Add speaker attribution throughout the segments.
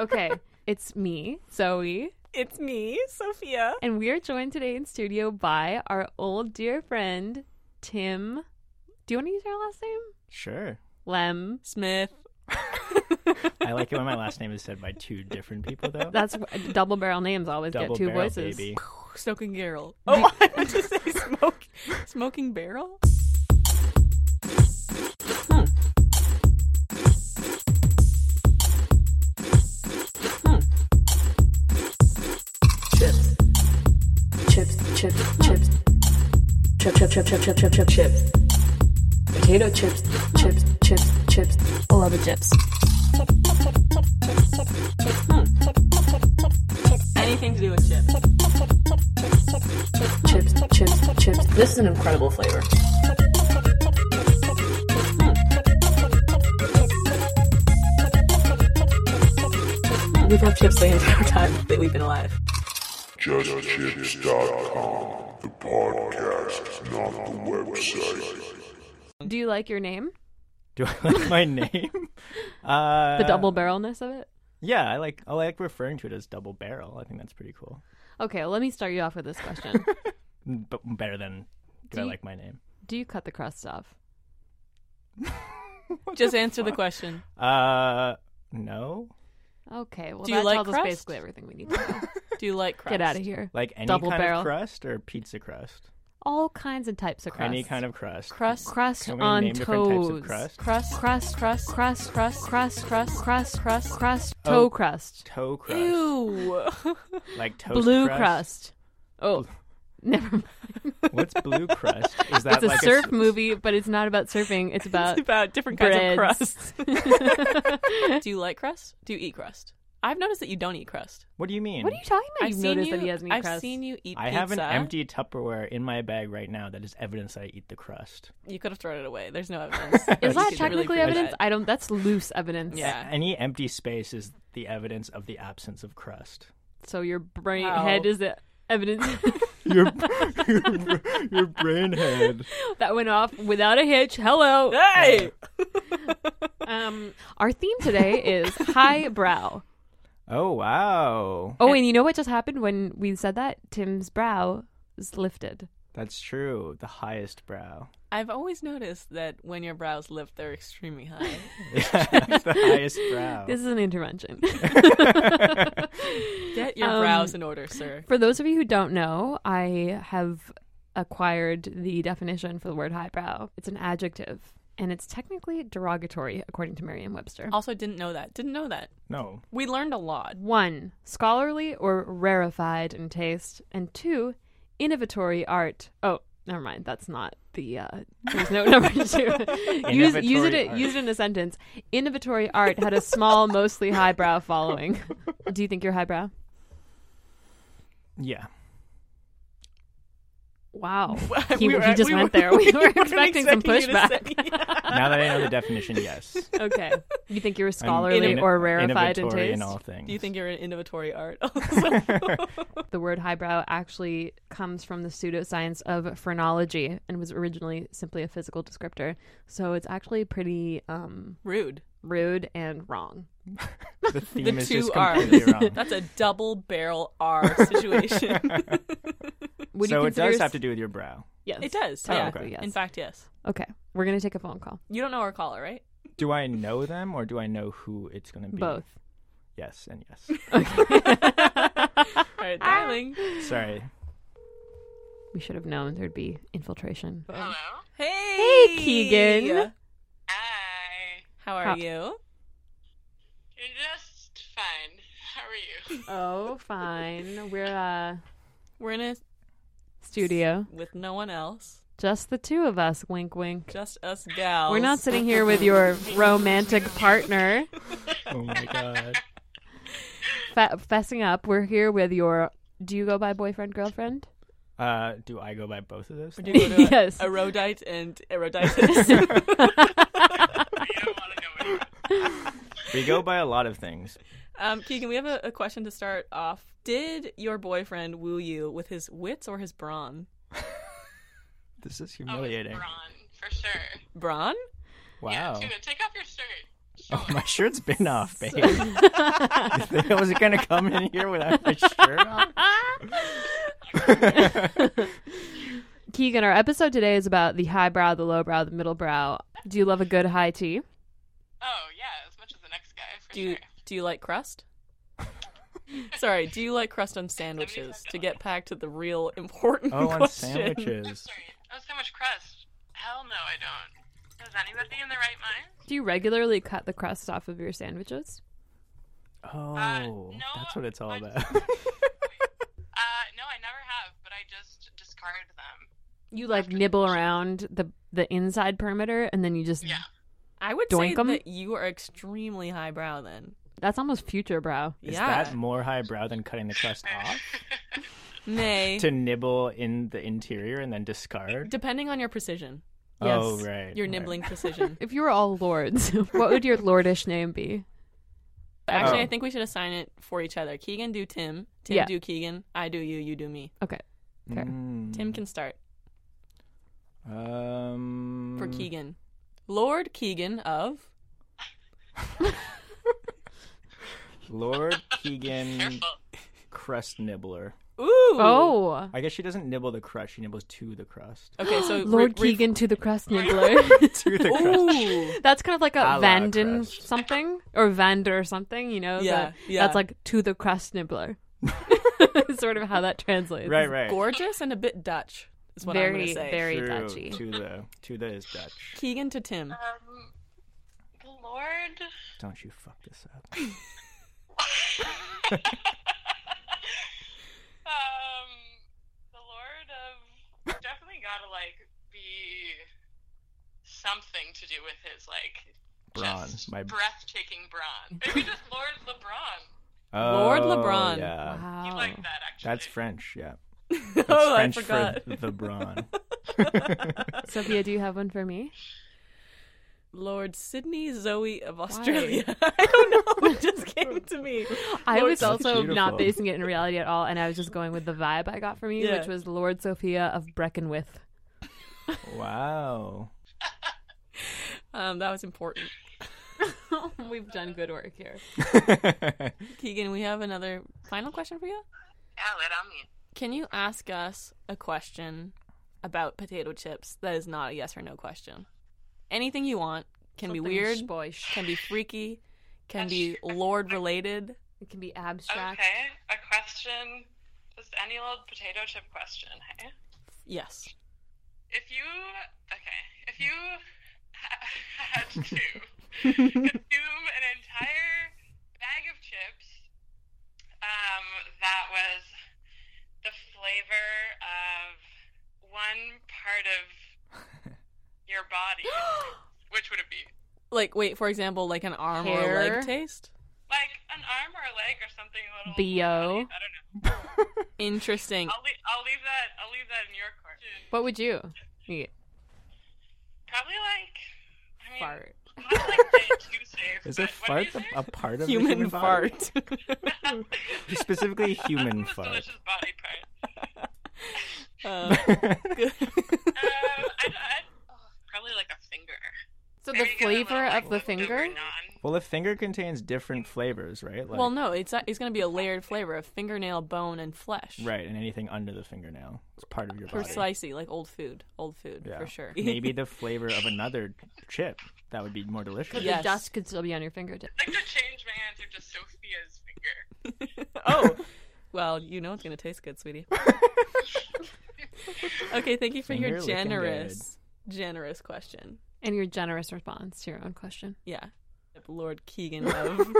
Speaker 1: Okay, it's me, Zoe,
Speaker 2: It's me, Sophia.
Speaker 1: and we are joined today in studio by our old dear friend, Tim. Do you want to use our last name?
Speaker 3: Sure.
Speaker 1: Lem.
Speaker 2: Smith.
Speaker 3: I like it when my last name is said by two different people, though.
Speaker 1: That's double barrel names always
Speaker 3: Double
Speaker 1: get two
Speaker 3: barrel,
Speaker 1: voices.
Speaker 3: baby.
Speaker 2: Smoking barrel. Oh, I want to say smoke. Smoking barrel?
Speaker 4: chips chips chips chips chip chip chip chip chip chip chip chips potato chips chips chips chips I love the chips
Speaker 2: Anything to do with chips.
Speaker 4: chips chips chips this is an incredible flavor we've had chips the entire time that we've been alive
Speaker 5: JustChips.com, the podcast, not the website.
Speaker 1: Do you like your name?
Speaker 3: Do I like my name? Uh,
Speaker 1: The double barrelness of it?
Speaker 3: Yeah, I like. I like referring to it as double barrel. I think that's pretty cool.
Speaker 1: Okay, let me start you off with this question.
Speaker 3: But better than do,
Speaker 1: Do
Speaker 3: I
Speaker 1: you-
Speaker 3: like my name?
Speaker 1: Do you cut the crust off?
Speaker 2: Just answer the question.
Speaker 3: Uh, no.
Speaker 1: Okay, well,
Speaker 2: Do you
Speaker 1: that
Speaker 2: like
Speaker 1: tells us
Speaker 2: crust?
Speaker 1: basically everything we need to know.
Speaker 2: Do you like crust?
Speaker 1: Get out of here.
Speaker 3: Like any
Speaker 1: double
Speaker 3: kind
Speaker 1: barrel.
Speaker 3: of crust or pizza crust.
Speaker 1: All kinds and types of crust.
Speaker 3: Any kind of crust.
Speaker 2: Crust.
Speaker 1: crust
Speaker 3: Can we
Speaker 1: on
Speaker 3: name different types
Speaker 1: toes.
Speaker 3: of crust?
Speaker 1: crust, crust, crust, crust, crust, crust, crust, crust, crust, crust, toe
Speaker 3: Oh.
Speaker 1: crust,
Speaker 3: Toe crust.
Speaker 2: Ew.
Speaker 3: Like toast
Speaker 1: blue crust.
Speaker 3: crust.
Speaker 1: Oh, never mind.
Speaker 3: What's blue crust? Is that
Speaker 1: It's a
Speaker 3: like
Speaker 1: surf movie, but it's not about surfing. It's about
Speaker 2: It's about different
Speaker 1: breads.
Speaker 2: kinds of crusts. do you like crust? Do you eat crust? I've noticed that you don't eat crust.
Speaker 3: What do you mean?
Speaker 1: what are you talking about?
Speaker 2: I've
Speaker 1: You've
Speaker 2: seen
Speaker 1: noticed
Speaker 2: you,
Speaker 1: that he hasn't eaten
Speaker 2: I've
Speaker 1: crust.
Speaker 2: seen you eat
Speaker 3: I
Speaker 2: pizza.
Speaker 3: have an empty Tupperware in my bag right now that is evidence that I eat the crust.
Speaker 2: You could have thrown it away. There's no evidence.
Speaker 1: Is
Speaker 3: Oh,
Speaker 2: You
Speaker 1: that
Speaker 2: could really
Speaker 1: technically
Speaker 2: prove
Speaker 1: evidence?
Speaker 2: that.
Speaker 1: I don't. That's loose evidence.
Speaker 2: Yeah.
Speaker 3: Any empty space is the evidence of the absence of crust.
Speaker 1: So your brain
Speaker 2: Wow.
Speaker 1: head is the evidence
Speaker 3: Your, your, your brain head.
Speaker 1: that went off without a hitch. Hello.
Speaker 2: Hey!
Speaker 1: Um, our theme today is highbrow.
Speaker 3: Oh, wow.
Speaker 1: Oh, and you know what just happened when we said that? Tim's brow is lifted.
Speaker 3: That's true. The highest brow.
Speaker 2: I've always noticed that when your brows lift, they're extremely high.
Speaker 3: the highest brow.
Speaker 1: This is an intervention.
Speaker 2: Get your
Speaker 1: Um,
Speaker 2: brows in order, sir.
Speaker 1: For those of you who don't know, I have acquired the definition for the word highbrow. It's an adjective, and it's technically derogatory, according to Merriam Webster.
Speaker 2: Also, didn't know that. Didn't know that.
Speaker 3: No.
Speaker 2: We learned a lot.
Speaker 1: One, scholarly or rarefied in taste, and two, innovatory art. Oh, never mind. That's not the. Uh, there's no number two. use, use it.
Speaker 3: Innovatory art.
Speaker 1: Use it in a sentence. Innovatory art had a small, mostly highbrow following. Do you think you're highbrow?
Speaker 3: Yeah.
Speaker 1: Wow.
Speaker 2: Well,
Speaker 1: He-
Speaker 2: we were-
Speaker 1: he just
Speaker 2: we
Speaker 1: went
Speaker 2: were-
Speaker 1: there. We were
Speaker 2: weren't
Speaker 1: expecting some
Speaker 2: expecting you to say-
Speaker 3: Now that I know the definition, yes.
Speaker 1: Okay. You think you're
Speaker 3: I'm
Speaker 1: scholarly
Speaker 3: inno-
Speaker 1: or rarefied in
Speaker 3: innovatory
Speaker 1: taste?
Speaker 3: in all things.
Speaker 2: Do you think you're an innovatory art? Also?
Speaker 1: The word highbrow actually comes from the pseudoscience of phrenology and was originally simply a physical descriptor. So it's actually pretty um,
Speaker 2: Rude.
Speaker 1: rude and wrong.
Speaker 3: the theme
Speaker 2: The
Speaker 3: is
Speaker 2: two
Speaker 3: just
Speaker 2: R's.
Speaker 3: completely wrong?
Speaker 2: That's a double barrel R situation.
Speaker 1: Would
Speaker 3: so
Speaker 1: you
Speaker 3: it
Speaker 1: consider
Speaker 3: does have to do with your brow.
Speaker 1: Yes.
Speaker 2: it does.
Speaker 3: Oh,
Speaker 2: Yeah.
Speaker 3: okay.
Speaker 1: Yes.
Speaker 2: In fact, yes.
Speaker 1: Okay. We're going to take a phone call.
Speaker 2: You don't know our caller, right?
Speaker 3: Do I know them or do I know who it's going to be?
Speaker 1: Both.
Speaker 3: Yes and yes.
Speaker 1: Ah.
Speaker 2: All right, darling.
Speaker 3: Sorry.
Speaker 1: We should have known there'd be infiltration.
Speaker 2: Hey,
Speaker 1: Keegan.
Speaker 6: Hi.
Speaker 2: How are
Speaker 1: How-
Speaker 2: you?
Speaker 6: You're just fine. How are you?
Speaker 1: Oh, fine. We're uh
Speaker 2: We're in a
Speaker 1: studio.
Speaker 2: with no one else,
Speaker 1: Just the two of us, wink wink.
Speaker 2: just us gals.
Speaker 1: We're not sitting here with your romantic partner
Speaker 3: Oh my god.
Speaker 1: fe- fessing up. We're here with your do you go by boyfriend girlfriend?
Speaker 3: Uh, do I go by both of those?
Speaker 2: Do you go to
Speaker 1: Yes.
Speaker 2: Erudite and Eruditus.
Speaker 3: things? We go by a lot of things.
Speaker 2: um, Keegan, we have a, a question to start off. Did your boyfriend woo you with his wits or his brawn?
Speaker 3: This is
Speaker 6: Oh, it's
Speaker 3: humiliating.
Speaker 6: Braun, for sure.
Speaker 2: Brawn?
Speaker 3: Wow.
Speaker 6: Tuna, take off your shirt.
Speaker 3: Oh, my shirt's been off, babe. you think I was gonna come in here without my shirt on?
Speaker 1: Keegan, our episode today is about the high brow, the low brow, the middle brow. Do you love a good high tea?
Speaker 6: Oh, yeah, as much as the next guy, for
Speaker 2: Do you,
Speaker 6: sure.
Speaker 2: do you like crust? Sorry, do you like crust on sandwiches? To get back to the real important
Speaker 3: Oh, on
Speaker 2: question.
Speaker 3: sandwiches.
Speaker 6: Sorry. That was so much crust. Hell no, I don't. Is anybody in the right mind?
Speaker 1: Do you regularly cut the crust off of your sandwiches?
Speaker 3: Oh,
Speaker 6: Uh, no,
Speaker 3: that's what it's all
Speaker 6: I-
Speaker 3: about.
Speaker 6: Uh, no, I never have, but I just discard them.
Speaker 1: You like nibble around the the inside perimeter and then you just
Speaker 6: Yeah.
Speaker 2: I would
Speaker 1: Doink
Speaker 2: say
Speaker 1: 'em?
Speaker 2: that you are extremely highbrow then.
Speaker 1: that's almost future brow.
Speaker 3: Is
Speaker 2: yeah.
Speaker 3: that more highbrow than cutting the crust off?
Speaker 2: Nay.
Speaker 3: to nibble in the interior and then discard?
Speaker 2: Depending on your precision,
Speaker 3: Oh,
Speaker 1: Yes.
Speaker 3: right.
Speaker 2: your
Speaker 3: right.
Speaker 2: nibbling precision.
Speaker 1: If you were all lords, what would your lordish name be?
Speaker 2: Actually,
Speaker 3: Oh.
Speaker 2: I think we should assign it for each other. Keegan, do Tim. Tim,
Speaker 1: Yeah.
Speaker 2: do Keegan. I do you. You do me.
Speaker 1: Okay. Fair.
Speaker 3: Mm.
Speaker 2: Tim can start
Speaker 3: Um,
Speaker 2: for Keegan. Lord Keegan of.
Speaker 3: Lord Keegan
Speaker 6: Careful.
Speaker 3: crust nibbler.
Speaker 2: Ooh.
Speaker 1: Oh.
Speaker 3: I guess she doesn't nibble the crust; she nibbles to the crust.
Speaker 2: Okay, so
Speaker 1: Lord
Speaker 2: re- re-
Speaker 1: Keegan to the crust nibbler.
Speaker 3: to the crust.
Speaker 2: Ooh.
Speaker 1: that's kind of like a,
Speaker 3: A la
Speaker 1: Vanden
Speaker 3: crust.
Speaker 1: something or Vander something, you know?
Speaker 2: Yeah,
Speaker 1: that-
Speaker 2: yeah.
Speaker 1: That's like to the crust nibbler. sort of how that translates.
Speaker 3: Right, right.
Speaker 2: Gorgeous and a bit Dutch is what I'm
Speaker 1: Very,
Speaker 2: gonna say.
Speaker 1: very
Speaker 3: True.
Speaker 1: touchy.
Speaker 3: To the to the is Dutch.
Speaker 2: Keegan to Tim.
Speaker 6: Um, the Lord.
Speaker 3: Don't you fuck this up.
Speaker 6: Um, the Lord of definitely gotta like be something to do with his like
Speaker 3: Braun,
Speaker 6: just
Speaker 3: my-
Speaker 6: breathtaking brawn. Maybe just Lord LeBron.
Speaker 2: Lord
Speaker 3: Oh,
Speaker 2: LeBron.
Speaker 3: Yeah.
Speaker 6: You
Speaker 1: Wow.
Speaker 6: like that actually?
Speaker 3: That's French, yeah.
Speaker 2: oh,
Speaker 3: That's French
Speaker 2: I forgot.
Speaker 3: for the brawn.
Speaker 1: Sophia, do you have one for me?
Speaker 2: Lord Sydney Zoe of Australia. I don't know. It just came to me.
Speaker 1: I
Speaker 2: Lord
Speaker 1: was
Speaker 2: Sydney-
Speaker 1: also not
Speaker 3: beautiful.
Speaker 1: basing it in reality at all, and I was just going with the vibe I got from you,
Speaker 2: Yeah.
Speaker 1: which was Lord Sophia of Breckenwith.
Speaker 3: Wow.
Speaker 2: Um, that was important.
Speaker 1: We've done good work here.
Speaker 2: Keegan, we have another final question for you.
Speaker 6: Yeah, let on me.
Speaker 2: Can you ask us a question about potato chips that is not a yes or no question? Anything you want can be weird, can be freaky, can be lord related.
Speaker 1: It can be abstract.
Speaker 6: Okay, a question. Just any old potato chip question. Hey,
Speaker 2: Yes.
Speaker 6: if you okay, if you ha- had to consume an entire bag of chips, um, that was the flavor of one part of your body. Which would it be?
Speaker 2: Like, wait, for example, like an arm or a
Speaker 1: Hair.
Speaker 2: leg taste?
Speaker 6: Like an arm or a leg or something a little.
Speaker 1: Bo.
Speaker 6: I don't know.
Speaker 2: Interesting.
Speaker 6: I'll, le- I'll leave that. I'll leave that in your court.
Speaker 1: What would you? eat?
Speaker 6: Probably like. I mean,
Speaker 1: Fart.
Speaker 6: I'm not, like, being too safe,
Speaker 3: Is a
Speaker 6: but what
Speaker 3: fart
Speaker 6: do you
Speaker 3: a,
Speaker 6: say?
Speaker 3: a part of the
Speaker 2: Human
Speaker 3: human body?
Speaker 2: fart.
Speaker 3: Specifically human
Speaker 6: Most
Speaker 3: fart.
Speaker 6: delicious body part.
Speaker 2: Uh,
Speaker 6: Um, I'd, I'd, oh, probably like a finger.
Speaker 1: So the
Speaker 6: Maybe get a
Speaker 1: flavor
Speaker 6: little,
Speaker 1: of the
Speaker 6: leftover
Speaker 1: finger?
Speaker 6: Non.
Speaker 3: Well, if finger contains different flavors, right? Like,
Speaker 2: well, no, it's uh, it's going to be a layered flavor of fingernail, bone, and flesh.
Speaker 3: right, and anything under the fingernail is part of your body.
Speaker 2: Precisely, like old food, old food
Speaker 3: Yeah.
Speaker 2: for sure.
Speaker 3: Maybe the flavor of another chip that would be more delicious.
Speaker 2: Yes.
Speaker 1: The dust could still be on your fingertip.
Speaker 6: I'd like to change my answer to Sophia's finger.
Speaker 2: oh, well, you know it's gonna taste good, sweetie. okay, thank you for
Speaker 3: Finger
Speaker 2: your
Speaker 3: looking
Speaker 2: generous, generous question.
Speaker 1: And your generous response to your own question.
Speaker 2: Yeah, Lord Keegan of.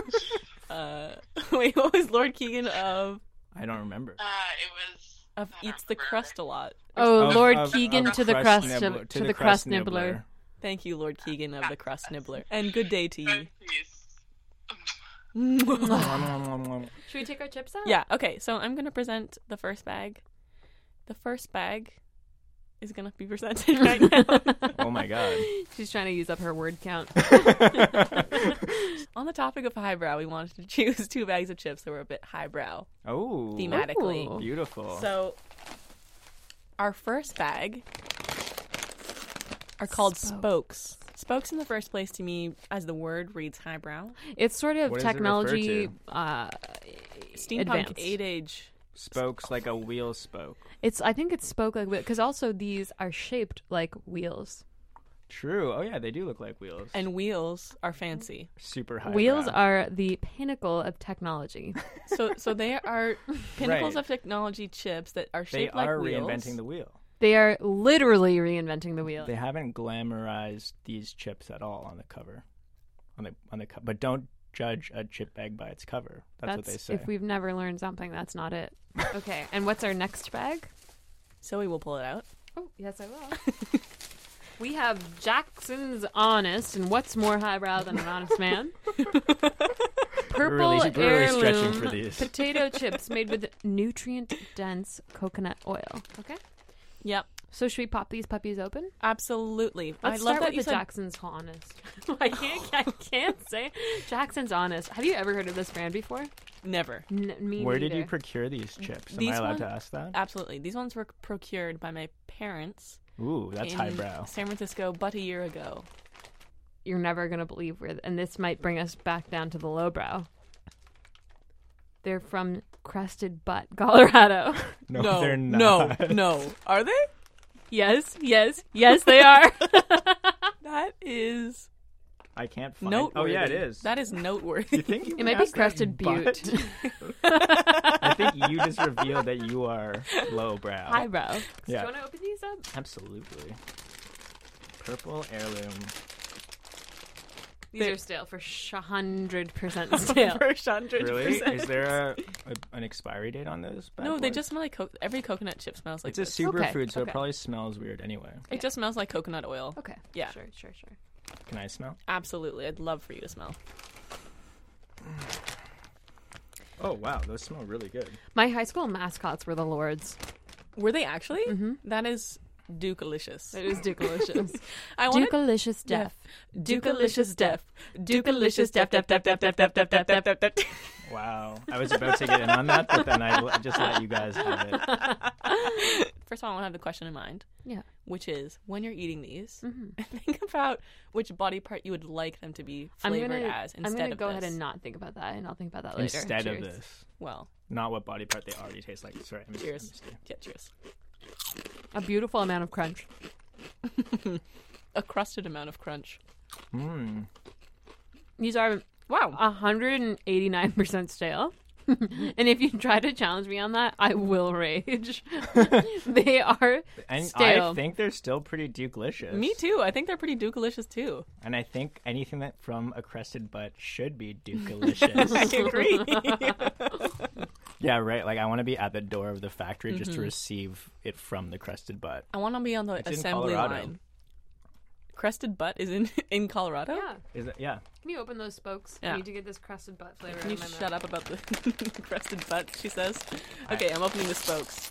Speaker 2: uh, wait, what was Lord Keegan of?
Speaker 3: I don't remember.
Speaker 6: Uh, it was.
Speaker 2: Of
Speaker 6: I don't
Speaker 2: eats the
Speaker 6: remember.
Speaker 2: crust a lot.
Speaker 1: Oh,
Speaker 3: Of-
Speaker 1: Lord
Speaker 3: of-
Speaker 1: Keegan
Speaker 3: of
Speaker 1: to the crust, nib-
Speaker 3: nibbler-
Speaker 1: to, the, crust nibbler.
Speaker 2: Thank you, Lord Keegan of the crust nibbler, and good day to
Speaker 6: Rest
Speaker 2: you.
Speaker 6: in peace.
Speaker 3: nibbler.
Speaker 1: Should we take our chips out?
Speaker 2: Yeah. Okay. So I'm gonna present the first bag. The first bag is gonna be presented right now.
Speaker 3: oh my god.
Speaker 1: She's trying to use up her word count.
Speaker 2: On the topic of highbrow, we wanted to choose two bags of chips that were a bit highbrow
Speaker 3: Oh,
Speaker 2: thematically.
Speaker 1: Ooh.
Speaker 3: beautiful.
Speaker 2: So, our first bag are called spokes. Spokes in the first place to me, as the word reads highbrow.
Speaker 1: It's sort of
Speaker 3: What does it refer
Speaker 1: technology.
Speaker 3: to?
Speaker 1: Uh,
Speaker 2: Steampunk
Speaker 1: Advanced.
Speaker 2: eight age.
Speaker 3: Spokes like a wheel spoke.
Speaker 1: it's I think it's spoke like because also these are shaped like wheels.
Speaker 3: True. Oh yeah, they do look like wheels.
Speaker 2: And wheels are fancy.
Speaker 3: super high.
Speaker 1: Wheels
Speaker 3: brow.
Speaker 1: are the pinnacle of technology.
Speaker 2: So so they are pinnacles
Speaker 3: Right.
Speaker 2: of technology chips that are
Speaker 3: They
Speaker 2: shaped like
Speaker 3: are
Speaker 2: wheels.
Speaker 3: reinventing the wheel.
Speaker 1: they are literally reinventing the wheel.
Speaker 3: They haven't glamorized these chips at all on the cover. On the on the co- but don't judge a chip bag by its cover. That's, what they say.
Speaker 1: If we've never learned something, that's not it. Okay, and what's our next bag?
Speaker 2: so we will pull it out.
Speaker 1: Oh, yes, I will. we have Jackson's Honest, and what's more highbrow than an honest man?
Speaker 3: We're
Speaker 1: Purple
Speaker 3: really- we're really
Speaker 1: heirloom
Speaker 3: stretching for these.
Speaker 1: potato chips made with nutrient-dense coconut oil. Okay,
Speaker 2: Yep.
Speaker 1: so should we pop these puppies open?
Speaker 2: Absolutely.
Speaker 1: Let's
Speaker 2: I love
Speaker 1: start
Speaker 2: that
Speaker 1: with
Speaker 2: you
Speaker 1: the
Speaker 2: said
Speaker 1: Jackson's Honest. I can't, I can't say Jackson's Honest. Have you ever heard of this brand before?
Speaker 2: never.
Speaker 1: N- me
Speaker 3: Where did you
Speaker 1: neither.
Speaker 3: procure these chips? Am
Speaker 2: These
Speaker 3: I allowed to
Speaker 2: ones-
Speaker 3: ask that?
Speaker 2: Absolutely. These ones were procured by my parents
Speaker 3: Ooh, that's
Speaker 2: in
Speaker 3: highbrow.
Speaker 2: San Francisco but a year ago.
Speaker 1: You're never gonna believe where, and this might bring us back down to the lowbrow. They're from Crested Butt, Colorado.
Speaker 3: No,
Speaker 2: no,
Speaker 3: they're not.
Speaker 2: No, no. Are they?
Speaker 1: yes, yes, yes, they are.
Speaker 2: That is
Speaker 3: I can't find. Oh
Speaker 2: noteworthy.
Speaker 3: yeah, it is.
Speaker 2: That is noteworthy.
Speaker 3: You think you
Speaker 1: It might be
Speaker 3: asked that,
Speaker 1: Crested Butte.
Speaker 3: but- I think you just revealed that you are lowbrow.
Speaker 1: Highbrow.
Speaker 3: Yeah.
Speaker 1: Do you want to open these up?
Speaker 3: Absolutely. Purple heirloom.
Speaker 1: These are stale for hundred percent stale.
Speaker 2: For 100%.
Speaker 3: Really? Is there a, a, an expiry date on those? bad
Speaker 2: No, they
Speaker 3: boys?
Speaker 2: just smell like co- every coconut chip smells like
Speaker 3: It's a
Speaker 2: this.
Speaker 3: superfood,
Speaker 1: Okay,
Speaker 3: so it
Speaker 1: okay.
Speaker 3: probably smells weird anyway.
Speaker 2: It just smells like coconut oil.
Speaker 1: okay.
Speaker 2: Yeah.
Speaker 1: Sure. Sure. Sure.
Speaker 3: Can I smell?
Speaker 2: Absolutely. I'd love for you to smell.
Speaker 3: Oh wow, those smell really good.
Speaker 1: My high school mascots were the Lords.
Speaker 2: Were they actually? That is Duke-alicious.
Speaker 1: It was Dukealicious.
Speaker 2: I wanted-
Speaker 1: Dukealicious Deaf.
Speaker 2: Duke-alicious deaf. Duke-alicious deaf, deaf, deaf, deaf, deaf, deaf, deaf, deaf, deaf, deaf, deaf.
Speaker 3: Wow, I was about to get in on that, but then I l- just let you guys have it.
Speaker 2: First of all, I want to have the question in mind,
Speaker 1: Yeah. Mm-hmm.
Speaker 2: which is when you're eating these, think about which body part you would like them to be
Speaker 1: I'm
Speaker 2: flavored
Speaker 1: gonna,
Speaker 2: as instead
Speaker 1: I'm gonna
Speaker 2: of
Speaker 1: go
Speaker 2: this.
Speaker 1: ahead and not think about that, and I'll think about that later.
Speaker 3: Instead of
Speaker 1: Cheers.
Speaker 3: this,
Speaker 2: Well,
Speaker 3: not what body part they already taste like. Sorry, I'm just, I'm
Speaker 2: cheers.
Speaker 3: just kidding.
Speaker 2: Yeah, cheers.
Speaker 1: A beautiful amount of crunch.
Speaker 2: A crusted amount of crunch.
Speaker 3: Mm.
Speaker 1: These are
Speaker 2: Wow.
Speaker 1: 189% stale. and if you try to challenge me on that, I will rage. they are
Speaker 3: And
Speaker 1: stale.
Speaker 3: I think they're still pretty delicious.
Speaker 2: Me too. I think they're pretty Duke-alicious too.
Speaker 3: And I think anything that from a crested butt should be delicious.
Speaker 2: I agree.
Speaker 3: yeah, right. Like I want to be at the door of the factory just to
Speaker 2: Mm-hmm.
Speaker 3: receive it from the crested butt.
Speaker 2: I want to be on the
Speaker 3: It's in
Speaker 2: assembly
Speaker 3: Colorado.
Speaker 2: line. Crested Butt is in in Colorado.
Speaker 1: yeah.
Speaker 3: Is it? Yeah.
Speaker 1: Can you open those spokes?
Speaker 2: Yeah.
Speaker 1: I need to get this crusted butt flavor
Speaker 2: Can you
Speaker 1: out of my
Speaker 2: shut
Speaker 1: mouth.
Speaker 2: up about the crested butt? She says. Okay, I'm opening the spokes.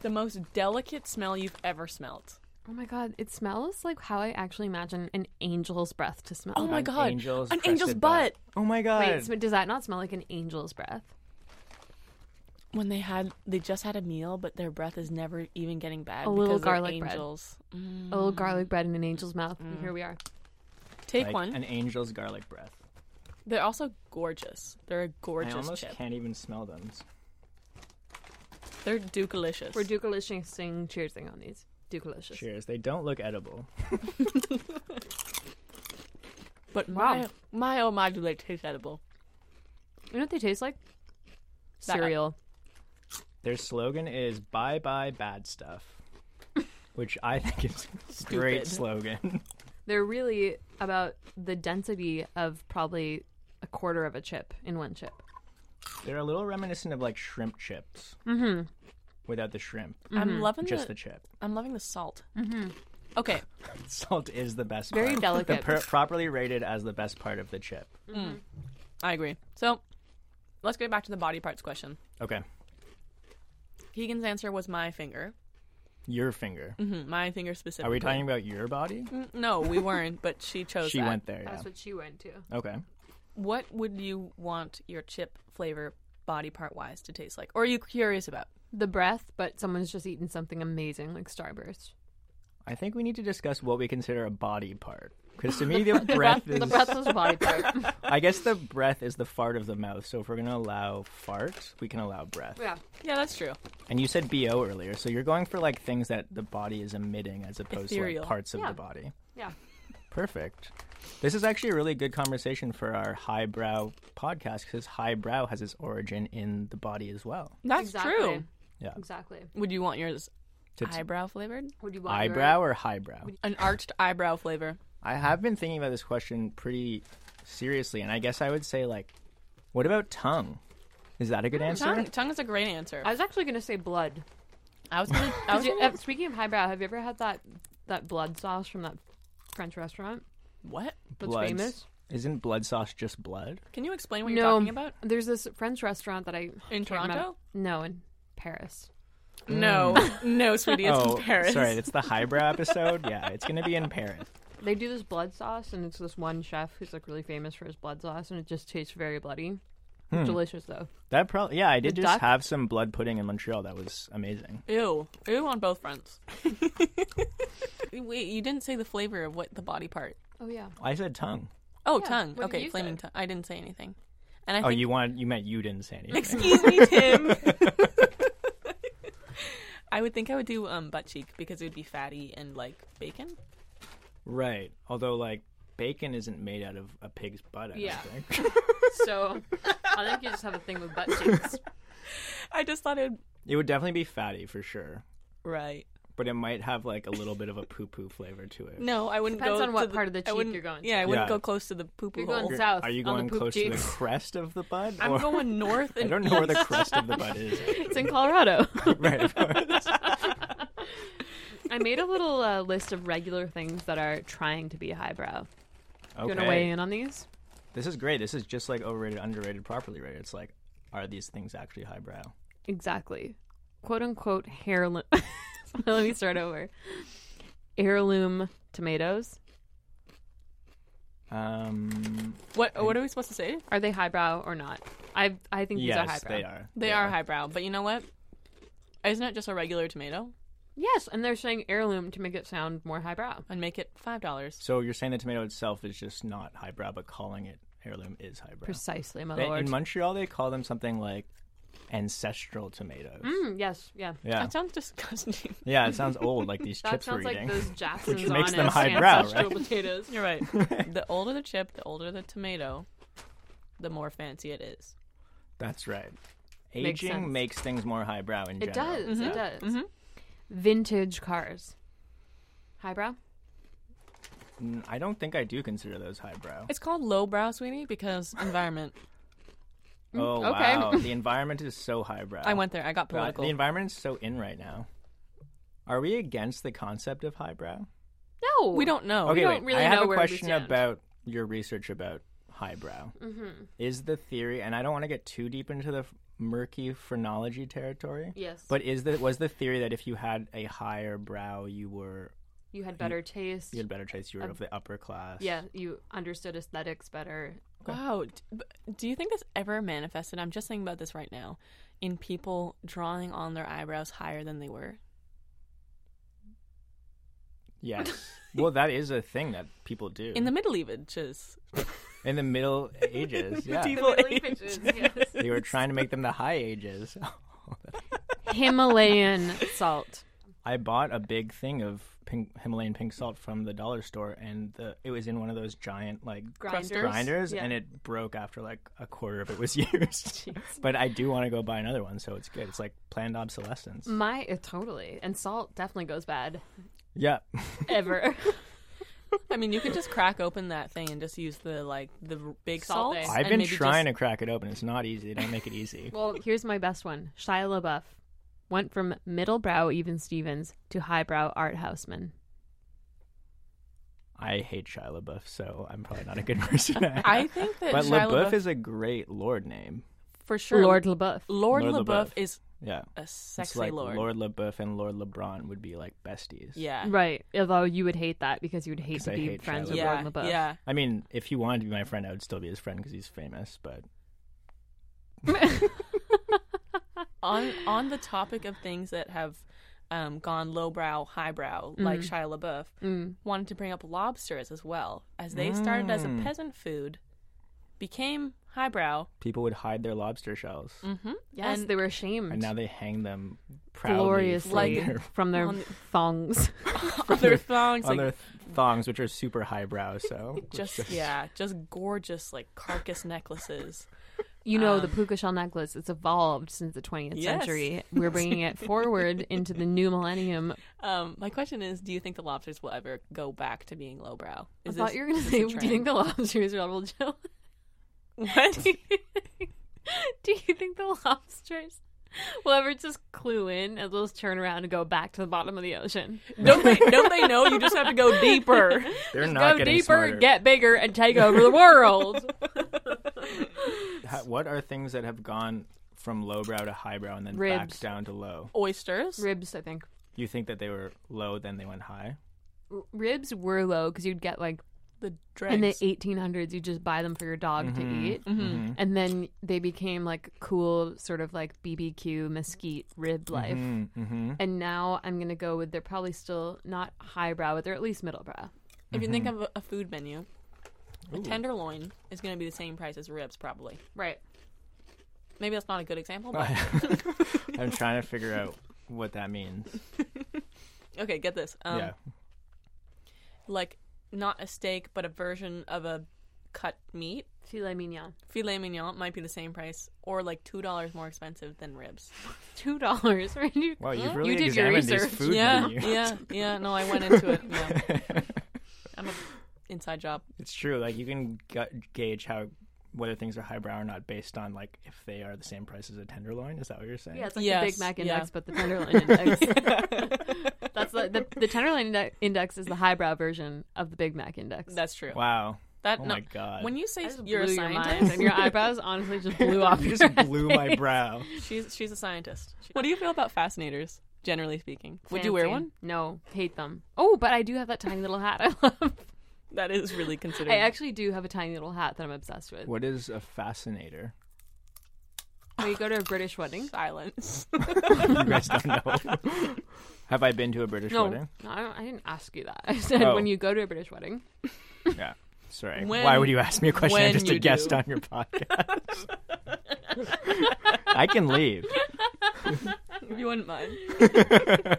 Speaker 2: The most delicate smell you've ever smelled.
Speaker 1: Oh my god, it smells like how I actually imagine an angel's breath to smell.
Speaker 2: Oh my
Speaker 3: An
Speaker 2: god,
Speaker 3: angel's
Speaker 2: an angel's
Speaker 3: crested
Speaker 2: butt.
Speaker 3: butt. Oh my god.
Speaker 1: Wait, so does that not smell like an angel's breath?
Speaker 2: When they had, they just had a meal, but their breath is never even getting bad.
Speaker 1: A little
Speaker 2: because they're
Speaker 1: garlic bread.
Speaker 2: angels. Mm.
Speaker 1: A little garlic bread in an angel's mouth, and here we are.
Speaker 2: Take
Speaker 3: Like
Speaker 2: one.
Speaker 3: An angel's garlic breath.
Speaker 2: They're also gorgeous. They're a gorgeous
Speaker 3: I almost
Speaker 2: chip.
Speaker 3: can't even smell them.
Speaker 2: They're dukalicious.
Speaker 1: We're dukalicious cheersing on these. Dukalicious.
Speaker 3: Cheers. They don't look edible.
Speaker 2: but
Speaker 1: Wow.
Speaker 2: my my oh my, do they taste edible?
Speaker 1: You know what they taste like?
Speaker 2: That-
Speaker 1: Cereal.
Speaker 3: Their slogan is "Bye bye bad stuff," which I think is a
Speaker 2: Stupid.
Speaker 3: great slogan.
Speaker 1: They're really about the density of probably a quarter of a chip in one chip.
Speaker 3: They're a little reminiscent of like shrimp chips,
Speaker 2: Mm-hmm.
Speaker 3: without the shrimp,
Speaker 1: Mm-hmm.
Speaker 2: I'm loving
Speaker 3: just
Speaker 2: the,
Speaker 3: the chip.
Speaker 2: I'm loving the salt. Okay,
Speaker 3: Salt is the best.
Speaker 1: Very
Speaker 3: part.
Speaker 1: delicate.
Speaker 3: The per- properly rated as the best part of the chip.
Speaker 2: I agree. So, let's get back to the body parts question.
Speaker 3: Okay,
Speaker 2: Keegan's answer was my finger.
Speaker 3: your finger.
Speaker 2: Mhm, My finger specifically.
Speaker 3: Are we talking about your body?
Speaker 2: Mm, No, we weren't. but she chose.
Speaker 3: She
Speaker 2: that.
Speaker 3: went there. Yeah.
Speaker 1: That's what she went to.
Speaker 3: Okay.
Speaker 2: What would you want your chip flavor, body part wise, to taste like? Or are you curious about?
Speaker 1: The breath, but someone's just eaten something amazing like Starburst.
Speaker 3: I think we need to discuss what we consider a body part. Because to me, the breath is.
Speaker 1: The breath was a body part.
Speaker 3: I guess the breath is the fart of the mouth. So if we're gonna allow fart, we can allow breath.
Speaker 1: yeah.
Speaker 2: Yeah, that's true.
Speaker 3: And you said bo earlier, so you're going for like things that the body is emitting as opposed to
Speaker 2: Ethereal.
Speaker 3: like parts of
Speaker 1: Yeah.
Speaker 3: the body.
Speaker 1: Yeah.
Speaker 3: Perfect. This is actually a really good conversation for our highbrow podcast because highbrow has its origin in the body as well.
Speaker 2: That's
Speaker 1: exactly.
Speaker 2: true.
Speaker 3: Yeah.
Speaker 1: Exactly.
Speaker 2: Would you want yours
Speaker 3: To-
Speaker 2: eyebrow flavored?
Speaker 1: Would you want your-
Speaker 3: eyebrow or highbrow?
Speaker 2: An arched eyebrow flavor.
Speaker 3: I have been thinking about this question pretty seriously, and I guess I would say like, what about tongue? Is that a good answer?
Speaker 2: Tongue, tongue is a great answer.
Speaker 1: I was actually going to say blood.
Speaker 2: I was gonna. I was
Speaker 1: Did you-
Speaker 2: gonna
Speaker 1: uh, speaking of highbrow, have you ever had that that blood sauce from that French restaurant
Speaker 2: what?
Speaker 1: that's
Speaker 3: Bloods.
Speaker 1: famous?
Speaker 3: Isn't blood sauce just blood?
Speaker 2: Can you explain what
Speaker 1: no,
Speaker 2: you're talking about?
Speaker 1: there's this French restaurant that I can't remember-
Speaker 2: Toronto?
Speaker 1: No, in Paris.
Speaker 2: No, no, sweetie, it's
Speaker 3: oh,
Speaker 2: in Paris.
Speaker 3: sorry, it's the highbrow episode. Yeah, it's gonna be in Paris.
Speaker 1: They do this blood sauce, and it's this one chef who's like really famous for his blood sauce, and it just tastes very bloody.
Speaker 3: Hmm.
Speaker 1: It's delicious though.
Speaker 3: That probably yeah. I did
Speaker 1: The
Speaker 3: just
Speaker 1: duck?
Speaker 3: have some blood pudding in Montreal. That was amazing.
Speaker 2: Ew, ew on both fronts. Wait, you didn't say the flavor of what the body part.
Speaker 1: Oh yeah.
Speaker 3: I said tongue.
Speaker 2: Oh,
Speaker 1: Yeah,
Speaker 2: tongue.
Speaker 1: what did
Speaker 2: Okay,
Speaker 1: you
Speaker 2: flaming
Speaker 1: say?
Speaker 2: tongue. I didn't say anything. And I
Speaker 3: oh,
Speaker 2: think
Speaker 3: you want you meant you didn't say anything.
Speaker 2: Excuse me, Tim. I would think I would do um butt cheek because it would be fatty and like bacon.
Speaker 3: Right. Although like bacon isn't made out of a pig's butt. I
Speaker 1: Yeah.
Speaker 3: Don't think.
Speaker 1: So I think you just have a thing with butt cheeks.
Speaker 2: I just thought it would
Speaker 3: it would definitely be fatty for sure,
Speaker 2: right.
Speaker 3: but it might have like a little bit of a poo poo flavor to it.
Speaker 2: No, I wouldn't
Speaker 1: Depends
Speaker 2: go
Speaker 1: on
Speaker 2: to
Speaker 1: what part of the
Speaker 2: I
Speaker 1: cheek
Speaker 2: wouldn't-
Speaker 1: you're going
Speaker 2: Yeah, I wouldn't
Speaker 3: Yeah.
Speaker 2: go close to the poo poo
Speaker 1: You're going
Speaker 2: hole.
Speaker 3: You're-
Speaker 1: south
Speaker 3: Are you
Speaker 1: on the
Speaker 3: going
Speaker 1: poop
Speaker 3: close to the
Speaker 1: cheeks.
Speaker 3: crest of the butt?
Speaker 2: I'm
Speaker 3: or-
Speaker 2: going north
Speaker 3: I
Speaker 2: and
Speaker 3: don't know where the crest of the butt is.
Speaker 1: It's in Colorado.
Speaker 3: right. of course.
Speaker 1: I made a little uh, list of regular things that are trying to be highbrow. You want to weigh
Speaker 3: Okay.
Speaker 1: in on these?
Speaker 3: This is great. This is just like overrated, underrated, properly rated. It's like, are these things actually highbrow?
Speaker 1: Exactly. Quote unquote heirloom. Let me start over. Heirloom tomatoes.
Speaker 3: Um,
Speaker 2: What what are we supposed to say?
Speaker 1: Are they highbrow or not? I I think these are
Speaker 3: yes,
Speaker 1: highbrow.
Speaker 3: they are.
Speaker 2: They are highbrow, but you know what? Isn't it just a regular tomato?
Speaker 1: Yes, and they're saying heirloom to make it sound more highbrow.
Speaker 2: And make it five dollars.
Speaker 3: So you're saying the tomato itself is just not highbrow, but calling it heirloom is highbrow.
Speaker 1: Precisely, my
Speaker 3: They-
Speaker 1: lord.
Speaker 3: in Montreal, they call them something like ancestral tomatoes.
Speaker 1: Mm, yes, yeah.
Speaker 3: Yeah.
Speaker 2: That sounds disgusting.
Speaker 3: Yeah, it sounds old, like these
Speaker 1: That
Speaker 3: chips we're
Speaker 1: sounds like
Speaker 3: eating,
Speaker 1: those
Speaker 3: which
Speaker 1: Jackson's
Speaker 3: makes them
Speaker 1: Honest
Speaker 3: highbrow,
Speaker 1: ancestral
Speaker 3: right?
Speaker 1: potatoes.
Speaker 2: You're right. the older the chip, the older the tomato, the more fancy it is.
Speaker 3: That's right.
Speaker 1: Makes sense.
Speaker 3: Aging makes things more highbrow in
Speaker 1: It
Speaker 3: general.
Speaker 1: does. It
Speaker 3: Yeah.
Speaker 1: does. Mm-hmm. Vintage cars. Highbrow.
Speaker 3: Mm, I don't think I do consider those highbrow.
Speaker 2: It's called lowbrow, sweetie, because environment.
Speaker 1: Mm,
Speaker 3: Oh
Speaker 2: okay.
Speaker 3: wow, the environment is so highbrow.
Speaker 2: I went there. I got
Speaker 3: God,
Speaker 2: political.
Speaker 3: Oh. the environment is so in right now. Are we against the concept of highbrow?
Speaker 1: No,
Speaker 2: we don't know.
Speaker 3: okay,
Speaker 1: don't
Speaker 3: wait.
Speaker 1: really
Speaker 3: I have
Speaker 1: know
Speaker 3: a
Speaker 1: where we
Speaker 3: question
Speaker 1: stand. Mm-hmm.
Speaker 3: about your research about highbrow. Is the theory, and I don't want to get too deep into the f- murky phrenology territory.
Speaker 1: Yes.
Speaker 3: But is the was the theory that if you had a higher brow, you were
Speaker 1: You had better taste.
Speaker 3: you had better taste, you were of the upper class.
Speaker 1: yeah, you understood aesthetics better.
Speaker 2: Wow. d- b- Do you think this ever manifested? I'm just thinking about this right now. In people drawing on their eyebrows higher than they were.
Speaker 3: Yes. well, that is a thing that people do
Speaker 2: In the Middle Ages.
Speaker 3: in the Middle Ages. yeah.
Speaker 2: Medieval
Speaker 1: Middle
Speaker 2: Ages.
Speaker 1: Ages, yes.
Speaker 3: They were trying to make them the high ages.
Speaker 1: Himalayan salt.
Speaker 3: I bought a big thing of pink, Himalayan pink salt from the dollar store, and the, it was in one of those giant like
Speaker 1: Grinders?
Speaker 3: grinders,
Speaker 1: Yeah.
Speaker 3: and it broke after like a quarter of it was used. but I do want to go buy another one, so it's good. It's like planned obsolescence.
Speaker 1: My uh, totally. And salt definitely goes bad
Speaker 3: Yeah,
Speaker 1: ever.
Speaker 2: I mean, you could just crack open that thing and just use the like the r- big
Speaker 1: Salt
Speaker 2: salt.
Speaker 1: thing.
Speaker 3: I've been trying to crack it open. It's not easy. They don't make it easy.
Speaker 1: well, here's my best one. Shia LaBeouf went from middle brow even Stevens to highbrow Art Houseman.
Speaker 3: I hate Shia LaBeouf, so I'm probably not a good person. to
Speaker 2: I
Speaker 3: ask.
Speaker 2: think that
Speaker 3: but
Speaker 2: Shia
Speaker 3: LaBeouf,
Speaker 2: LaBeouf-
Speaker 3: is a great lord name.
Speaker 2: for sure.
Speaker 1: Lord LaBeouf.
Speaker 2: Lord,
Speaker 3: Lord
Speaker 2: LaBeouf,
Speaker 3: LaBeouf.
Speaker 2: is
Speaker 3: Yeah,
Speaker 2: a
Speaker 3: it's
Speaker 2: sexy
Speaker 3: like
Speaker 2: lord.
Speaker 3: Lord LaBeouf and Lord LeBron would be like besties.
Speaker 2: Yeah.
Speaker 1: Right. Although you would hate that because you would hate
Speaker 3: 'Cause
Speaker 1: to
Speaker 3: I
Speaker 1: be
Speaker 3: hate
Speaker 1: friends
Speaker 3: Shia
Speaker 1: with
Speaker 2: Yeah.
Speaker 1: Lord LaBeouf.
Speaker 2: Yeah.
Speaker 3: I mean, if he wanted to be my friend, I would still be his friend because he's famous. But
Speaker 2: on on the topic of things that have um, gone lowbrow, highbrow, like
Speaker 1: Mm.
Speaker 2: Shia LaBeouf, wanted to bring up lobsters as well, as they started as a
Speaker 3: Mm.
Speaker 2: peasant food, became highbrow.
Speaker 3: people would hide their lobster shells,
Speaker 2: Mm-hmm.
Speaker 1: Yes,
Speaker 2: and
Speaker 1: they were ashamed.
Speaker 3: and now they hang them proudly
Speaker 1: gloriously
Speaker 3: from their,
Speaker 1: from their
Speaker 2: on the-
Speaker 1: thongs.
Speaker 2: other thongs,
Speaker 3: on
Speaker 2: like
Speaker 3: their thongs, which are super highbrow. So
Speaker 2: just yeah, just gorgeous like carcass necklaces.
Speaker 1: You know, the
Speaker 2: Um,
Speaker 1: puka shell necklace, it's evolved since the 20th
Speaker 2: Yes.
Speaker 1: century. We're bringing it forward into the new millennium.
Speaker 2: Um, my question is, do you think the lobsters will ever go back to being lowbrow? Is
Speaker 1: I thought
Speaker 2: this-
Speaker 1: you were going
Speaker 2: is
Speaker 1: to
Speaker 2: this
Speaker 1: say,
Speaker 2: a
Speaker 1: do you
Speaker 2: trend?
Speaker 1: think the lobsters are all Jill?
Speaker 2: what?
Speaker 1: do you think the lobsters will ever just clue in and they'll just turn around and go back to the bottom of the ocean?
Speaker 2: don't they don't they know? You just have to go deeper.
Speaker 3: they're
Speaker 1: Just
Speaker 3: not
Speaker 1: go
Speaker 3: getting
Speaker 1: deeper,
Speaker 3: smarter.
Speaker 1: get bigger, and take over the world.
Speaker 3: Ha- What are things that have gone from lowbrow to highbrow and then
Speaker 1: Ribs.
Speaker 3: back down to low?
Speaker 2: Oysters.
Speaker 1: Ribs, I think.
Speaker 3: You think that they were low, then they went high?
Speaker 1: R- Ribs were low because you'd get like
Speaker 2: the
Speaker 1: in the
Speaker 2: dregs.
Speaker 1: 1800s you just buy them for your dog to eat
Speaker 2: Mm-hmm.
Speaker 1: and then they became like cool sort of like bbq mesquite rib life
Speaker 3: Mm-hmm.
Speaker 1: and now i'm gonna go with they're probably still not highbrow but they're at least middle brow
Speaker 2: if you think
Speaker 3: Mm-hmm.
Speaker 2: of a- a food menu, a tenderloin is going to be the same price as ribs, probably.
Speaker 1: right
Speaker 2: Maybe that's not a good example, but
Speaker 3: I'm trying to figure out what that means.
Speaker 2: okay, get this. Um,
Speaker 3: yeah,
Speaker 2: Like, not a steak, but a version of a cut meat.
Speaker 1: filet mignon
Speaker 2: Filet mignon might be the same price, or like $2 more expensive than ribs.
Speaker 1: two dollars right you,
Speaker 3: Wow, you've really
Speaker 1: you did your
Speaker 3: examined these
Speaker 1: research
Speaker 3: food
Speaker 2: yeah,
Speaker 3: menu.
Speaker 2: yeah, yeah. No, I went into it. Yeah. I'm a inside job.
Speaker 3: It's true. Like you can gu- gauge how whether things are highbrow or not based on like if they are the same price as a tenderloin. Is that what you're saying?
Speaker 1: yeah, it's like the
Speaker 2: Yes,
Speaker 1: Big Mac
Speaker 2: yeah.
Speaker 1: index, but the Tenderloin index. That's the, the the Tenderloin inde- index is the highbrow version of the Big Mac index.
Speaker 2: That's true.
Speaker 3: Wow.
Speaker 2: That,
Speaker 3: Oh
Speaker 2: no,
Speaker 3: my god.
Speaker 2: When you say
Speaker 1: I just
Speaker 2: you're a
Speaker 1: blew your mind,
Speaker 2: scientist,
Speaker 1: and your eyebrows honestly just blew off.
Speaker 3: You
Speaker 1: your
Speaker 3: just blew my
Speaker 1: head.
Speaker 3: brow.
Speaker 2: She's she's a scientist. What do you feel about fascinators, generally speaking? Would you wear
Speaker 1: Fancy.
Speaker 2: one?
Speaker 1: No, hate them. Oh, but I do have that tiny little hat I love.
Speaker 2: That is really considered.
Speaker 1: I actually do have a tiny little hat that I'm obsessed with.
Speaker 3: What is a fascinator?
Speaker 1: We go to a British wedding.
Speaker 2: silence.
Speaker 3: You guys don't know. Have I been to a British
Speaker 1: No,
Speaker 3: wedding?
Speaker 1: no I, don't, I didn't ask you that. I said
Speaker 3: Oh.
Speaker 1: when you go to a British wedding.
Speaker 3: Yeah. Sorry.
Speaker 2: When-
Speaker 3: Why would you ask me a question?
Speaker 2: when
Speaker 3: I'm just a
Speaker 2: you
Speaker 3: guest
Speaker 2: do.
Speaker 3: on your podcast. I can leave.
Speaker 2: you wouldn't mind.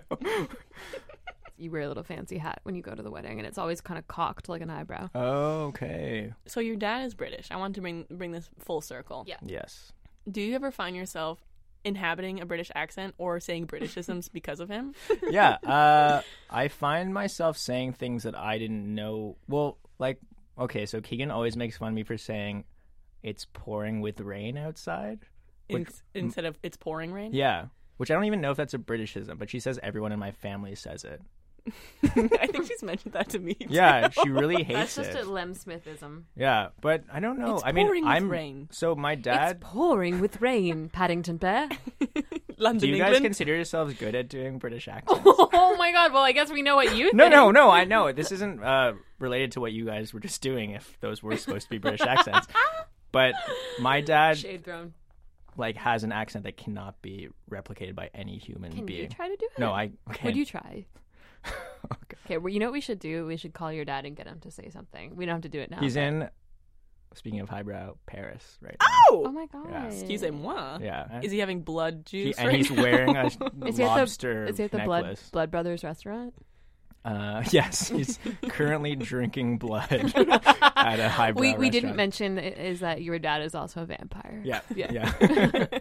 Speaker 1: you wear a little fancy hat when you go to the wedding, and it's always kind of cocked like an eyebrow.
Speaker 3: Okay.
Speaker 2: So your dad is British. I want to bring bring this full circle.
Speaker 1: Yeah.
Speaker 3: Yes.
Speaker 2: Do you ever find yourself inhabiting a British accent or saying Britishisms because of him?
Speaker 3: Yeah. Uh, I find myself saying things that I didn't know. Well, like, okay, so Keegan always makes fun of me for saying it's pouring with rain outside.
Speaker 2: In-
Speaker 3: Which,
Speaker 2: instead of it's pouring rain.
Speaker 3: yeah. Which I don't even know if that's a Britishism, but she says everyone in my family says it.
Speaker 2: I think she's mentioned that to me.
Speaker 3: Yeah,
Speaker 2: too.
Speaker 3: she really
Speaker 1: That's
Speaker 3: hates
Speaker 1: just
Speaker 3: it.
Speaker 1: a Lem Smithism.
Speaker 3: yeah, but I don't know.
Speaker 2: It's
Speaker 3: I mean,
Speaker 2: pouring with
Speaker 3: I'm
Speaker 2: rain.
Speaker 3: so my dad.
Speaker 1: It's pouring with rain, Paddington Bear.
Speaker 2: London,
Speaker 3: do you guys
Speaker 2: England.
Speaker 3: consider yourselves good at doing British accents?
Speaker 1: oh my god, well, I guess we know what you
Speaker 3: No,
Speaker 1: think.
Speaker 3: no, no. I know this isn't uh, related to what you guys were just doing. If those were supposed to be British accents, but my dad
Speaker 1: Shade thrown.
Speaker 3: like has an accent that cannot be replicated by any human
Speaker 1: Can
Speaker 3: being.
Speaker 1: you try to do it?
Speaker 3: no, I can't.
Speaker 1: Would you try? okay, well, you know what we should do? We should call your dad and get him to say something. We don't have to do it now.
Speaker 3: He's in. Speaking of highbrow, Paris right
Speaker 2: Oh,
Speaker 1: Oh my god.
Speaker 3: Yeah.
Speaker 2: excuse moi.
Speaker 1: Oh!
Speaker 3: now. Yeah,
Speaker 2: Is he having blood
Speaker 3: He-
Speaker 2: juice?
Speaker 3: and
Speaker 2: right
Speaker 3: he's
Speaker 2: now?
Speaker 3: wearing a
Speaker 1: Is he at the,
Speaker 3: lobster
Speaker 1: is he at the Blood,
Speaker 3: necklace.
Speaker 1: Blood Brothers restaurant?
Speaker 3: Uh, yes, he's currently drinking blood at a highbrow.
Speaker 1: we we didn't
Speaker 3: restaurant.
Speaker 1: mention i- is that your dad is also a vampire.
Speaker 3: Yeah,
Speaker 1: Yeah.
Speaker 3: yeah.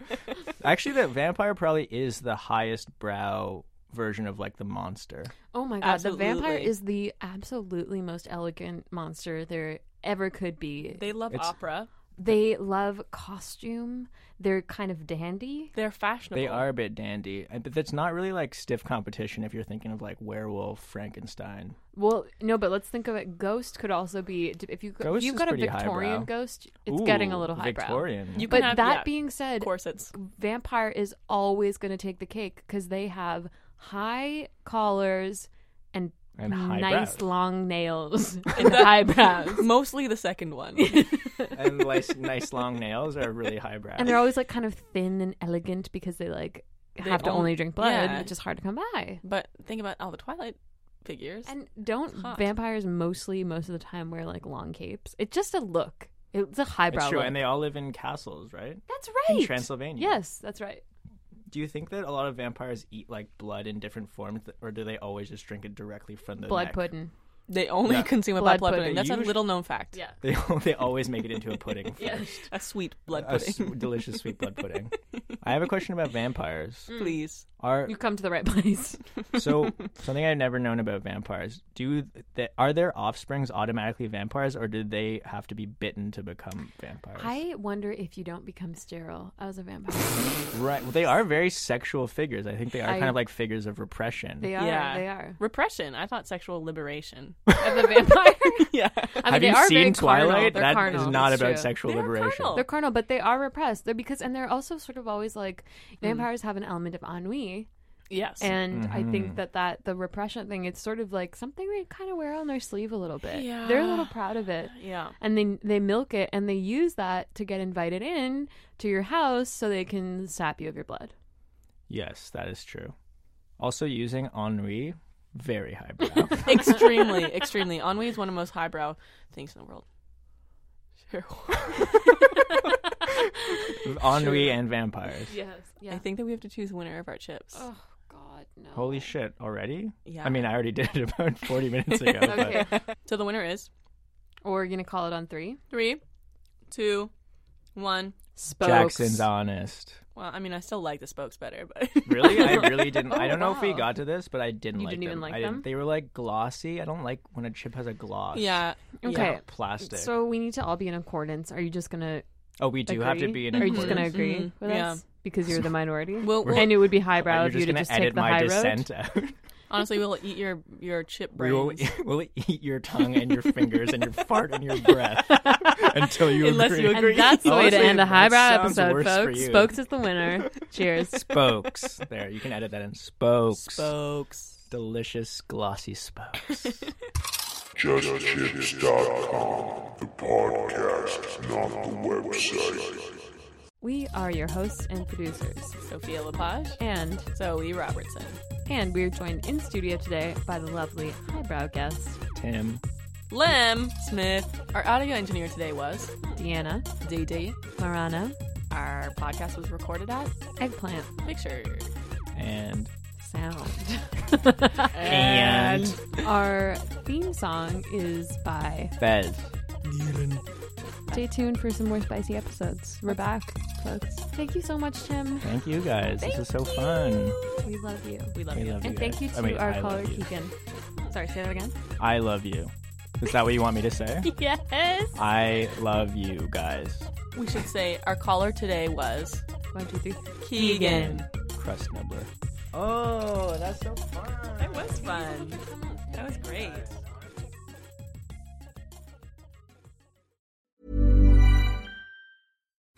Speaker 3: Actually, the vampire probably is the highest brow version of like the monster.
Speaker 1: Oh my god, the vampire
Speaker 2: Absolutely.
Speaker 1: is the absolutely most elegant monster there ever could be. They,
Speaker 2: They love
Speaker 3: It's-
Speaker 2: opera.
Speaker 1: love costume. They're kind of dandy.
Speaker 2: They're fashionable.
Speaker 3: They are a bit dandy, and- but that's not really like stiff competition if you're thinking of like werewolf, Frankenstein.
Speaker 1: Well, no, but let's think of it. Ghost could also be if you if
Speaker 3: Ghost
Speaker 1: you've
Speaker 3: is
Speaker 1: got a
Speaker 3: pretty
Speaker 1: Victorian
Speaker 3: highbrow.
Speaker 1: ghost, it's getting a
Speaker 3: Ooh,
Speaker 1: little highbrow.
Speaker 3: Victorian.
Speaker 2: You
Speaker 1: But
Speaker 2: can have,
Speaker 1: that
Speaker 2: yeah,
Speaker 1: being said,
Speaker 2: corsets.
Speaker 1: vampire is always going to take the cake because they have high collars and,
Speaker 3: And high
Speaker 1: nice
Speaker 3: brows.
Speaker 1: long nails and eyebrows.
Speaker 2: Mostly the second one.
Speaker 3: and nice, nice long nails are really highbrow.
Speaker 1: And they're always like kind of thin and elegant because they like
Speaker 2: They
Speaker 1: have to
Speaker 2: own-
Speaker 1: only drink blood,
Speaker 2: yeah.
Speaker 1: which is hard to come by.
Speaker 2: but think about all the Twilight figures.
Speaker 1: And don't
Speaker 2: It's hot.
Speaker 1: vampires mostly most of the time wear like long capes? It's just a look. It's a highbrow
Speaker 3: it's true,
Speaker 1: look.
Speaker 3: and they all live in castles, right?
Speaker 1: that's
Speaker 3: in
Speaker 1: right.
Speaker 3: Transylvania.
Speaker 1: Yes, that's right.
Speaker 3: Do you think that a lot of vampires eat like blood in different forms, th- or do they always just drink it directly from the
Speaker 1: blood
Speaker 3: neck?
Speaker 1: pudding.
Speaker 2: they only
Speaker 3: Yeah.
Speaker 2: consume it
Speaker 1: Blood
Speaker 2: by blood
Speaker 1: pudding.
Speaker 2: pudding. That's
Speaker 3: Usu-
Speaker 2: a little known fact.
Speaker 1: Yeah.
Speaker 3: They they always make it into a pudding first.
Speaker 2: A sweet blood
Speaker 3: A s-
Speaker 2: pudding.
Speaker 3: delicious sweet blood pudding. I have a question about vampires.
Speaker 1: Hmm.
Speaker 2: Please.
Speaker 3: Are
Speaker 1: Mm. You come to the right place.
Speaker 3: so something I've never known about vampires. Do th- are their offsprings automatically vampires, or do they have to be bitten to become vampires?
Speaker 1: I wonder if you don't become sterile as a vampire.
Speaker 3: Right. Well, they are very sexual figures. I think they are
Speaker 1: I-
Speaker 3: kind of like figures of repression.
Speaker 1: They are.
Speaker 2: Yeah.
Speaker 1: They are.
Speaker 2: Repression. I thought sexual liberation.
Speaker 1: Of the vampire.
Speaker 2: yeah.
Speaker 1: I mean,
Speaker 3: have
Speaker 1: they
Speaker 3: you
Speaker 1: are very
Speaker 3: seen
Speaker 1: Carnal.
Speaker 3: Twilight?
Speaker 1: They're
Speaker 3: That is
Speaker 1: carnal.
Speaker 3: not
Speaker 1: That's
Speaker 3: about
Speaker 1: true.
Speaker 3: sexual
Speaker 2: They are
Speaker 3: liberation.
Speaker 2: carnal.
Speaker 1: They're carnal, but they are repressed. They're because, and they're also sort of always like vampires have an element of ennui,
Speaker 2: Yes.
Speaker 1: and I
Speaker 3: Mm-hmm.
Speaker 1: think that that the repression thing, it's sort of like something they kind of wear on their sleeve a little bit. They're a little
Speaker 2: Yeah.
Speaker 1: proud of it.
Speaker 2: yeah.
Speaker 1: And they they milk it and they use that to get invited in to your house so they can sap you of your blood.
Speaker 3: Yes, that is true. Also, using ennui, very highbrow.
Speaker 2: extremely, extremely. Ennui is one of the most highbrow things in the world. Sure.
Speaker 3: ennui and vampires.
Speaker 1: Yes. Yeah.
Speaker 2: I think that we have to choose winner of our chips.
Speaker 1: oh God, no.
Speaker 3: Holy shit! Already?
Speaker 2: Yeah.
Speaker 3: I mean, I already did it about forty minutes ago.
Speaker 1: Okay.
Speaker 2: So the winner is
Speaker 1: or we're gonna call it on three.
Speaker 2: three, two, one.
Speaker 3: but
Speaker 1: Spokes.
Speaker 3: Jackson's honest.
Speaker 2: Well, I mean, I still like the spokes better, but
Speaker 3: Really? I really didn't. I don't know if we
Speaker 1: Oh, wow.
Speaker 3: got to this, but I didn't
Speaker 1: You
Speaker 3: like
Speaker 1: didn't
Speaker 3: them.
Speaker 1: even like
Speaker 3: I didn't-
Speaker 1: them?
Speaker 3: They were like glossy. I don't like when a chip has a gloss.
Speaker 2: yeah.
Speaker 3: It's
Speaker 1: Okay.
Speaker 3: like Plastic.
Speaker 1: So we need to all be in accordance. Are you just gonna
Speaker 3: oh, we do
Speaker 1: agree? Mm-hmm.
Speaker 3: have to be in.
Speaker 1: Are you just gonna
Speaker 3: accordance.
Speaker 1: agree
Speaker 2: Mhm.
Speaker 1: with
Speaker 2: Yeah.
Speaker 1: us because you're the minority?
Speaker 2: We'll, we'll
Speaker 1: and it would be highbrow
Speaker 3: You're
Speaker 1: of you
Speaker 3: just
Speaker 1: to
Speaker 3: gonna
Speaker 1: just
Speaker 3: edit
Speaker 1: take the
Speaker 3: my
Speaker 1: high road.
Speaker 3: dissent out.
Speaker 2: honestly, we'll eat your your chip
Speaker 3: We will,
Speaker 2: brains
Speaker 3: we'll eat your tongue and your fingers and your fart and your breath until you
Speaker 2: Unless
Speaker 3: agree.
Speaker 2: you agree.
Speaker 1: And that's the way to
Speaker 3: Honestly,
Speaker 1: end a
Speaker 3: that
Speaker 1: highbrow
Speaker 3: sounds
Speaker 1: episode,
Speaker 3: worse for
Speaker 1: folks.
Speaker 3: you.
Speaker 1: Spokes is the winner. Cheers.
Speaker 3: spokes. There, you can edit that in spokes.
Speaker 2: spokes.
Speaker 3: Delicious glossy spokes.
Speaker 5: JustChips.com, the podcast, not the website.
Speaker 1: We are your hosts and producers,
Speaker 2: Sophia Lepage,
Speaker 1: and
Speaker 2: Zoe Robertson.
Speaker 1: and we're joined in studio today by the lovely highbrow guest
Speaker 3: Tim,
Speaker 2: Lem Smith. Our audio engineer today was
Speaker 1: Deanna
Speaker 2: DD.
Speaker 1: Marana.
Speaker 2: Our podcast was recorded at
Speaker 1: Eggplant
Speaker 2: Picture
Speaker 3: And
Speaker 1: Sound.
Speaker 3: And-
Speaker 1: our theme song is by
Speaker 3: Fez.
Speaker 1: Stay tuned for some more spicy episodes. We're back, folks. Thank you so much, Tim.
Speaker 3: Thank you guys.
Speaker 1: Thank
Speaker 3: this is so fun.
Speaker 1: We love you.
Speaker 2: We love
Speaker 3: We
Speaker 2: you.
Speaker 3: love
Speaker 1: And
Speaker 3: you
Speaker 1: thank
Speaker 3: guys.
Speaker 1: you
Speaker 3: I
Speaker 1: to
Speaker 3: mean, I
Speaker 1: our
Speaker 3: love
Speaker 1: caller,
Speaker 3: you.
Speaker 1: Keegan.
Speaker 2: Sorry, say that again.
Speaker 3: I love you. Is that what you want me to say?
Speaker 2: yes.
Speaker 3: I love you guys.
Speaker 2: We should say our caller today was
Speaker 1: One, two, three.
Speaker 2: Keegan.
Speaker 3: Crust nibbler.
Speaker 2: Oh, that's so fun. That was fun. That was great.